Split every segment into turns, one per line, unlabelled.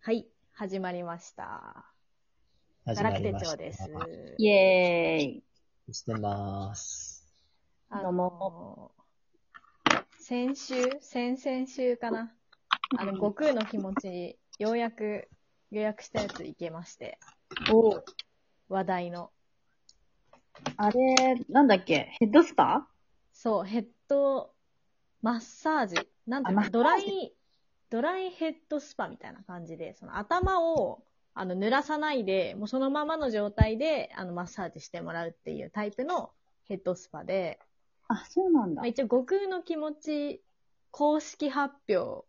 はい、始まりました。
始
ガ
ま
ラク
り
テ
ました。
長です。
イエーイ。
してます。
あ
どう
のー、先週、先々週かな。あの、悟空の気持ち、ようやく予約したやつ行けまして、
お
話題の。
あれ、なんだっけヘッドスパ
そう、ヘッドマッサージ。なんていう
あマッ
の
サージ
ドライ、ドライヘッドスパみたいな感じで、その頭を、あの、濡らさないで、もうそのままの状態で、あの、マッサージしてもらうっていうタイプのヘッドスパで、
あ、そうなん
ま
だ
あ、。一応、悟空の気持ち、公式発表、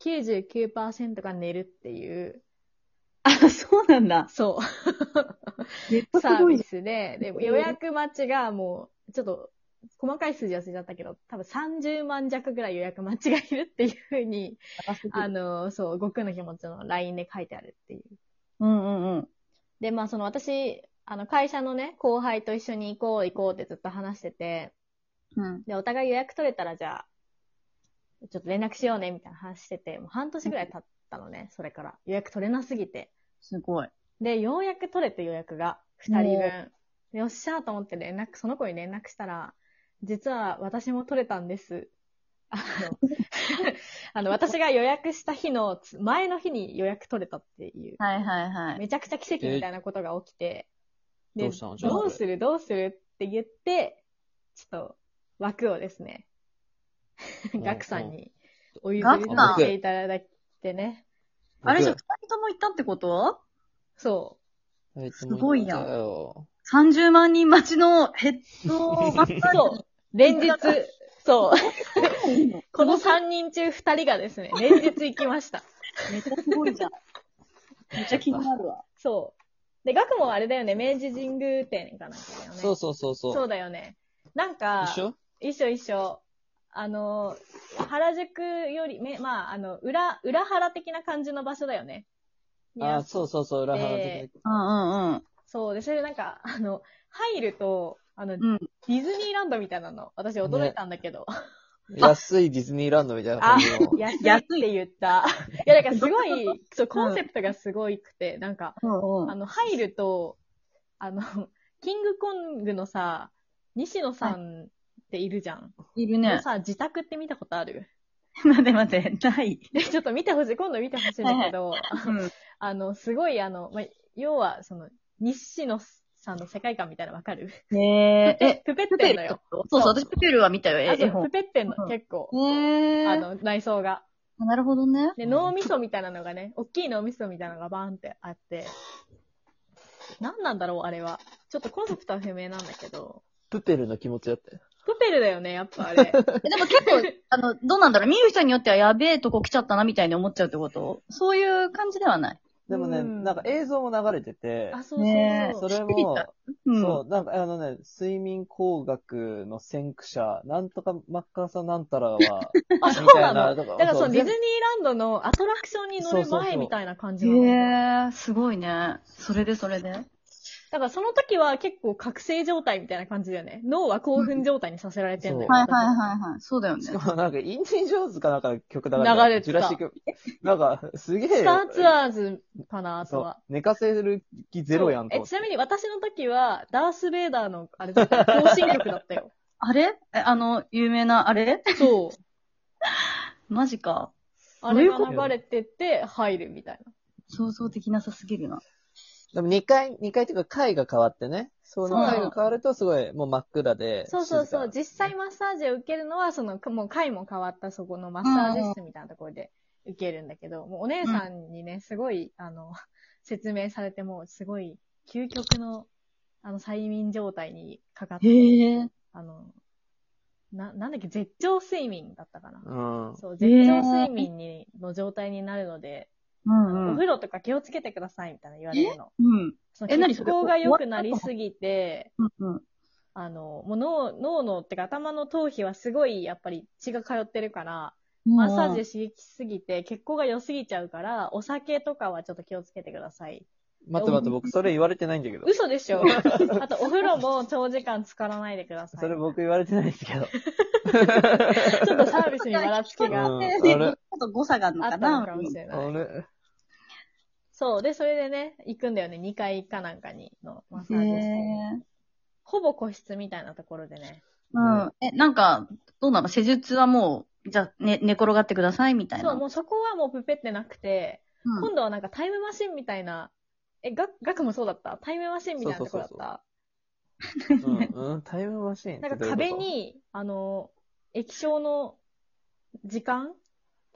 99%が寝るっていう、
あ、そうなんだ。
そ
めっち
う、
ゃ
サ
す
ー
ご
ビ
いね。
スで、で、
すごいね
予約待ちがもう、ちょっと、細かい数字忘れちゃったけど、多分30万弱ぐらい予約待ちがいるっていうふうに、あの、そう、悟空の気持ちの LINE で書いてあるっていう。
うんうんうん。
で、まあ、その私、あの、会社のね、後輩と一緒に行こう、行こうってずっと話してて、
うん。
で、お互い予約取れたら、じゃあ、ちょっと連絡しようね、みたいな話してて、もう半年ぐらい経ったのね、それから。予約取れなすぎて。
すごい。
で、ようやく取れて予約が、二人
お
分。よっしゃーと思って連絡、その子に連絡したら、実は私も取れたんです。あの、 あの私が予約した日のつ、前の日に予約取れたっていう。
はいはいはい。
めちゃくちゃ奇跡みたいなことが起きて、
どうしたのじゃあ
どうするどうするって言って、ちょっと枠をですね、
うん
ガクさんにお譲りさせていただいてね、
あれじゃ、
僕
二人とも行ったってこと
そ
二人とも
すごいな
行ったよ
?30 万人待ちのヘッドマッ
う、
サー
そう、連日、そう、
ジいいの
この3人中2人がですね、連日行きました。
めっちゃすごいじゃん。めっちゃ気になるわ。
そう。で、ガクもあれだよね、明治神宮店かなんかだよね。
そうそうそうそう。
そうだよね。なんか、
一緒
一緒一緒。あの、原宿より、めまあ、あの、裏、裏原的な感じの場所だよね。。
あ、そううそうそう、裏腹的
うんうんうん。
そうで、それでなんか、あの、入ると、あの、デ
うん。
ィズニーランドみたいなの、私驚いたんだけど。
な。安いディズニーランドみたいな
あ
感じの、。
安いって言った。いや、なんかすごい、そう、コンセプトがすごいくて、なんか、
うん
あの、入ると、あの、キングコングのさ、西野さんっているじゃん。
いる
の
ね。
さ、自宅って見たことある
待って待って、ない。
で、ちょっと見てほしい、今度見てほしいんだけど、
うん。
あの、すごい、あの、まあ、要は、その、西野さんの世界観みたいなのわかる
ねえ、え、
プペっ
プ
て
ペ
んの
ルって
よ。
ことそうそう、私プペルは見たよ、
あ
え
そう
絵本
プ。ペってんの
う、ん
結構。
え
あの、内装が。
なるほどね。
で、脳みそみたいなのがね、大きい脳みそみたいなのがバーンってあって、何なんだろう、あれは。ちょっとコンセプトは不明なんだけど、
プペルの気持ちだったよ。
プペルだよね、やっ ぱあれ。
えでも結構、あの、どうなんだろう見る人によってはやべえとこ来ちゃったなみたいに思っちゃうってことそういう感じではない。
でも
う
ね、
ん
なんか映像も流れてて
あ、、そうそうそう。
ねえ
それ
知って
も、
うん。
そう、なんかあのね、睡眠工学の先駆者、なんとかマッカーサーなんたらは、み
あ、そう
たい
な
な、
の。
だか
だからそのディズニー
全
ランドのアトラクションに乗る
そうそうそ
前
う
みたいな感じなの。
へえ、すごいね。それでそれで。
だからその時は結構覚醒状態みたいな感じだよね。脳は興奮状態にさせられてんだよ。
うん
はいはいはいはい。そうだよね。
部しかもなんか、インディ・ジョーンズかなんかの曲流れ
流れてた
ジュラシック、なんか、すげえよ。
スターツアーズかな、あと
そう
は。。
寝かせる気ゼロやんと
え、
思っ
ち
て。
なみに私の時は、ダース・ベイダーの、あれだった、更新曲だったよ。
あれえ、あの、有名なあれ
そう。
マジか。
あ
どう
れ
いうこと
が流れてって、入るみたい
想像できなさすぎるな。
でも2回、二回っていうか回が変わってね。その回
そう
が変わるとすごいもう真っ暗で
な。。そうそうそう。
静か
実際マッサージを受けるのは、その、もう回も変わったそこのマッサージ室みたいなところで受けるんだけど、もうお姉さんにね、すごい、あの、説明されても、すごい、究極の、あの、催眠状態にかかって、
へえ。
あの、な、なんだっけ、絶頂睡眠だったかな。
うん。
そう、絶頂睡眠に、の状態になるので、
う
お
んうん。
風呂とか気をつけてくださいみたいな言われるの。
うん。
そ
え
の
何
血
それ
行が良くなりすぎて、
うんうん。
あの、もう脳、脳の、ってか頭の頭皮はすごい、やっぱり血が通ってるから、マッサージで刺激しすぎて、血行が良すぎちゃうから、お酒とかはちょっと気をつけてください。
待って待って、僕それ言われてないんだけど。
嘘で しょあと、お風呂も長時間浸からないでください。
それ僕言われてないんです けど。
ちょっとサービスにばらつき
う
が
うん
ん。
あれ
ちょっと誤差があるの
あ
か
ったの
な
かもしれない。
あれ
そう。で、それでね、行くんだよね。2階かなんかにのマッサージ室に。
え。
ほぼ個室みたいなところでね。
うん。え、なんか、どうなの施術はもう、じゃあ、ね、寝転がってくださいみたいな。
そう、もうそこはもうプペってなくて、
うん
今度はなんかタイムマシンみたいな、え、ガガクもそうだったタイムマシンみたいなとこだった。
そうそううん、うん、タイムマシーンって
なん
ど
か
ういうこと
壁、に、あの、液晶の時間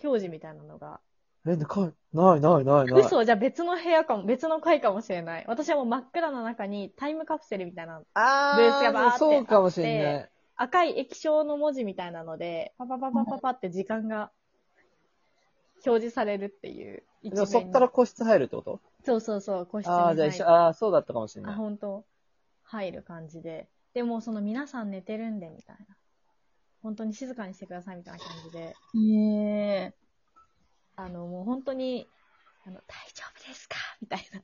表示みたいなのが。
え、なかないないないない。
嘘じゃあ別の部屋かも、別の階かもしれない。私はもう真っ暗な中にタイムカプセルみたいな、
あー
ブースがバーって
そうかもしれない。
赤い液晶の文字みたいなので、パパパパパパって時間が表示されるっていう一
でも
面
そっから
に
個室入るってこと
そうそうそう、個室に
ああ、じゃあ
入
一緒、ああ、そうだったかもしれ
あ、
ない。
本当入る感じで。でも、その皆さん寝てるんで、みたいな。本当に静かにしてください、みたいな感じで。
へえ。
あの、もう本当に、あの、大丈夫ですかみたいな。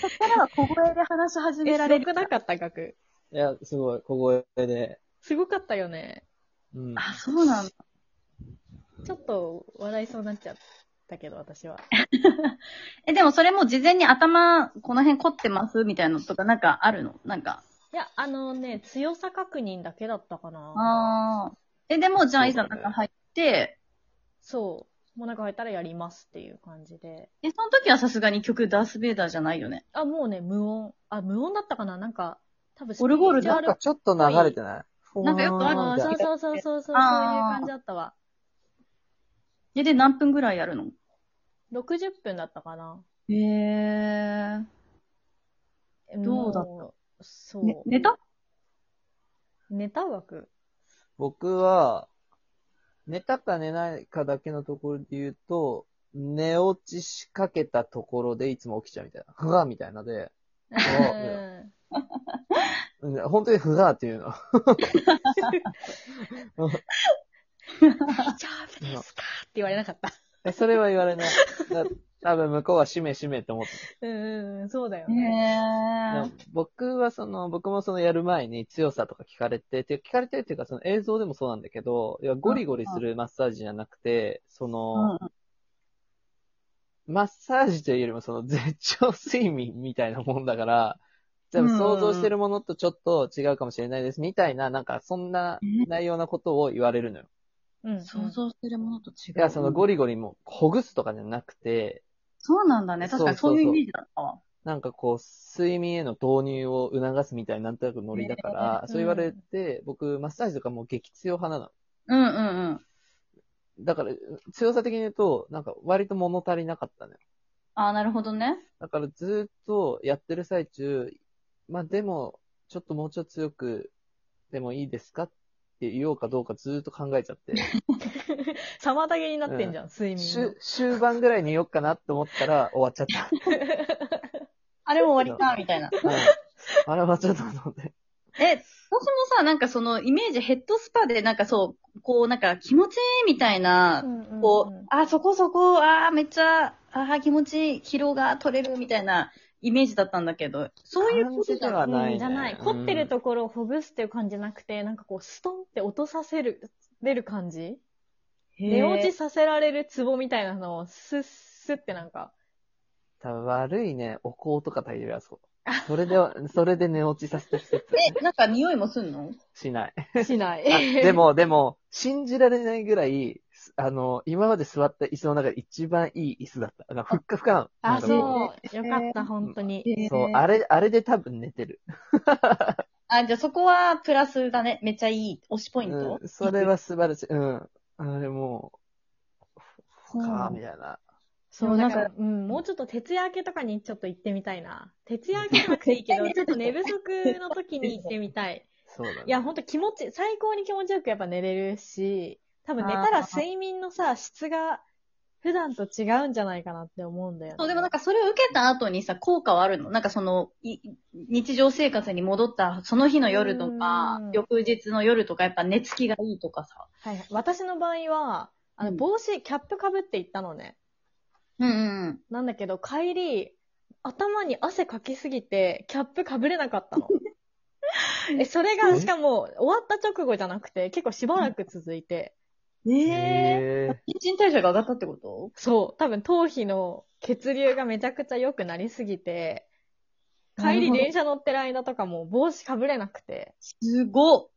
そしたら小声で話し始められ
え、す
る
ご。くなかった、額。
いや、すごい、小声で。
すごかったよね。
うん。
あ、そうなんだ。
ちょっと笑いそうになっちゃったけど、私は。
え、でもそれも事前に頭、この辺凝ってますみたいなのとか、なんかあるのなんか。
いや、あのね、強さ確認だけだったかな。
ああ。え、でもじゃあいざ中入って、
そう。もうなんか入ったらやりますっていう感じで。
え、その時はさすがに曲ダース・ベイダーじゃないよね。
あ、もうね、無音。あ、無音だったかななんか、多分
オルゴール
なんかちょっと流れてない
なんかよくある
あ
の
あ、
じゃ
そうそうそうそう、そういう
あー
感じだったわ。
え、で何分ぐらいやるの
60分だったかな。
へえ。どうだった
もうそう。
ね、寝た
ネタ枠
僕は、寝たか寝ないかだけのところで言うと、寝落ちしかけたところでいつも起きちゃうみたいな。ふがーみたいなで、
う
あ
ん。
うん本当にふがーっていうの。
大丈夫ですかって言われなかった。
え、それは言われない。だ多分向こうはしめしめって思って
うんうんうん、そうだよ
へ
ね。
た。
え。
僕はその、僕もそのやる前に強さとか聞かれて、て聞かれてるっていうかその映像でもそうなんだけど、いやゴリゴリするマッサージじゃなくて、その、
うん
マッサージというよりもその絶頂睡眠みたいなもんだから、多分想像してるものとちょっと違うかもしれないですみたいな、なんかそんな内容なことを言われるのよ。
うん、うん。
想像してるものと違
い
う。
や、そのゴリゴリもほぐすとかじゃなくて、
そうなんだね。確かにそういうイメージだったわ。
なんかこう、睡眠への導入を促すみたいななんとなくノリだから、
えー
そう言われて、僕マッサージとかもう激強派なの。
うんうんうん。
だから、強さ的に言うと、なんか割と物足りなかったね。
ああ、なるほどね。
だからずーっとやってる最中、まあでも、ちょっともうちょっと強くでもいいですかって言おうかどうかずーっと考えちゃ って、
妨げになってんじゃん、睡
し
眠の
ゅ。終盤ぐらいに言おうかなって思ったら終わっち ゃった。
あれも終わりか、みたいな。
うんあれ終わっちゃったので。
え、私もさ、なんかそのイメージヘッドスパで、なんかそう、こう、なんか気持ちいいみたいな、こう、あ、そこそこ、あー、めっちゃ、あー、気持ちいい、疲労が取れるみたいなイメージだったんだけど、そういうことじゃな
感じではない
い。
ね
うんじゃない。凝ってるところをほぐすっていう感じじゃなくて、なんかこう、ストンって落とさせる、出る感じ
へ
寝
ー
落ちさせられるツボみたいなのをスッスッってなんか、
多分悪いね、お香とか炊いてるやつ。それでは、それで寝落ちさせてきてたよね
え、なんか匂いもすんの
し ない。
しない。
あでも、でも、信じられないぐらい、あの、今まで座った椅子の中で一番いい椅子だった。あのふっかふかなの。な
あ、
んかも
そう。よかった、本当に。
そう、
あ
あれ、あれで多分寝てる。
あ、じゃあそこはプラスだね。めっちゃいい。推しポイント。
うん、それは素晴らしい。うん。あれもう、か、みたいな。
そう、
で
な
もなんんか
か、うん、もうちょっと徹夜明けとかにちょっと行ってみたいな。徹夜明けじゃなくていい けど、ちょっと寝不足の時に行ってみたい。
そうだね。
いや、ほんと気持ち、最高に気持ちよくやっぱ寝れるし、多分寝たら睡眠のさ、質が普段と違うんじゃないかなって思うんだよ、ね。
そう、でもなんかそれを受けた後にさ、効果はあるのなんかその、い日常生活に戻ったその日の夜とか
うん、
翌日の夜とか、やっぱ寝つきがいいとかさ。
はいはい、私の場合は、あの、
うん
帽子、キャップかぶって行ったのね。
うんうん。
なんだけど、帰り、頭に汗かきすぎて、キャップかぶれなか ったの。え、それが、
え
しかも、終わった直後じゃなくて、結構しばらく続いて、
ええ
へ
新陳代謝が上がったってこと
そう、多分頭皮の血流がめちゃくちゃ良くなりすぎて、帰り電車乗ってる間とかも帽子かぶれなくて、
すごっ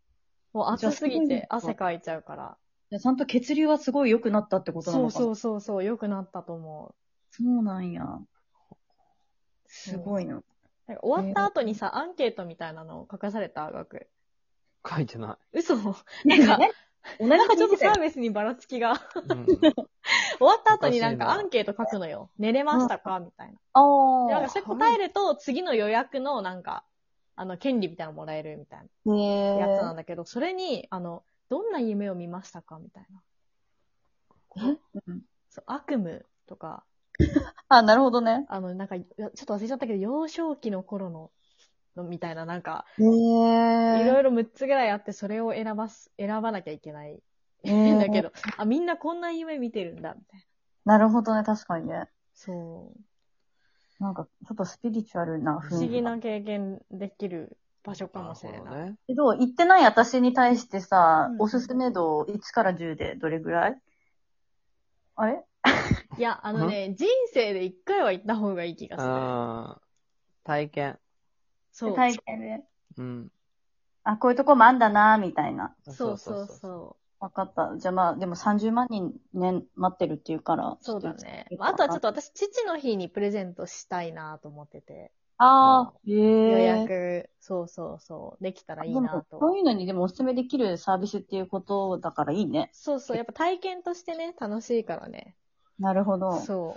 もう暑す
じゃあそうい
ぎ
うの
て
か
汗かいちゃうから。
いやちゃんと血流はすごい良くなったってことな
そ
の
う
かな
そうそうそう、良くなったと思
そうなんや。すごいな。
う。なんか終わった後にさ、アンケートみたいなのを書かされた、学。
書いてな
嘘
なんか、お
なん
腹
か
ち
ち
ょ
ょっ
っと
とサ
さ、
ービスにばらつきが。
い。うん、
終わった後になん
お
か
かしい
ア
な
ンケート書くのよ。寝れましたかみたいな。
あ
でなん
ー
かそれ答えると、次の予約のなんか、あの、権利みたいなのもらえるみたいな
ね
やつなんだけど、それに、あの、どんな夢を見ましたかみたいな。こう
うん
そう悪夢とか、
あ、なるほどね。
あの、なんか、いやちょっと忘れちゃったけど、幼少期の頃の、のみたいな、なんか、
へ
い
え
ろいろ6つぐらいあって、それを選ばす、選ばなきゃいけない。
へ ー
だけど、あ、みんなこんな夢見てるんだ、みたいな。
なるほどね、確かにね。
そう。
なんか、ちょっとスピリチュアルな
不思
雰囲気
議
が。
な経験できる場所かもしれ
な
ない。
るほどね。
けど、行ってない私に対してさ、
うん
おすすめ度1から10でどれぐらいあれ
いや、あのね、人生で一回は行った方がいい気がする。
あー体験。
そう。
体験で。
うん。
あ、こういうとこもあんだな、みたいな。
そうそうそう。
わかった。じゃあまあ、でも30万人ね、待ってるっていうから。
そうだね。
ちょ
まああとはちょっ
と。
と私、父の日にプレゼントしたいなと思ってて、
ああ、へ
予
え。
約、そうそうそう、できたらいいな
でもそう
と。
いうのにでもおすすめできるサービスっていうことだからいいね。
そうそう、やっぱ体験としてね、楽しいからね。
なるほど。
そ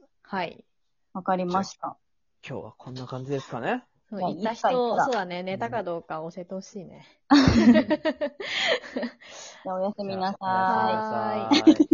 う。はい。
わかりました。
今日はこんな感じです かね。
そう
いや
行った
いいか行っ
人、
た
そうだね、寝たかどうか教えてほしいね。
じゃあおやすみなさ
じゃあ
ーい。
おやすみなさい。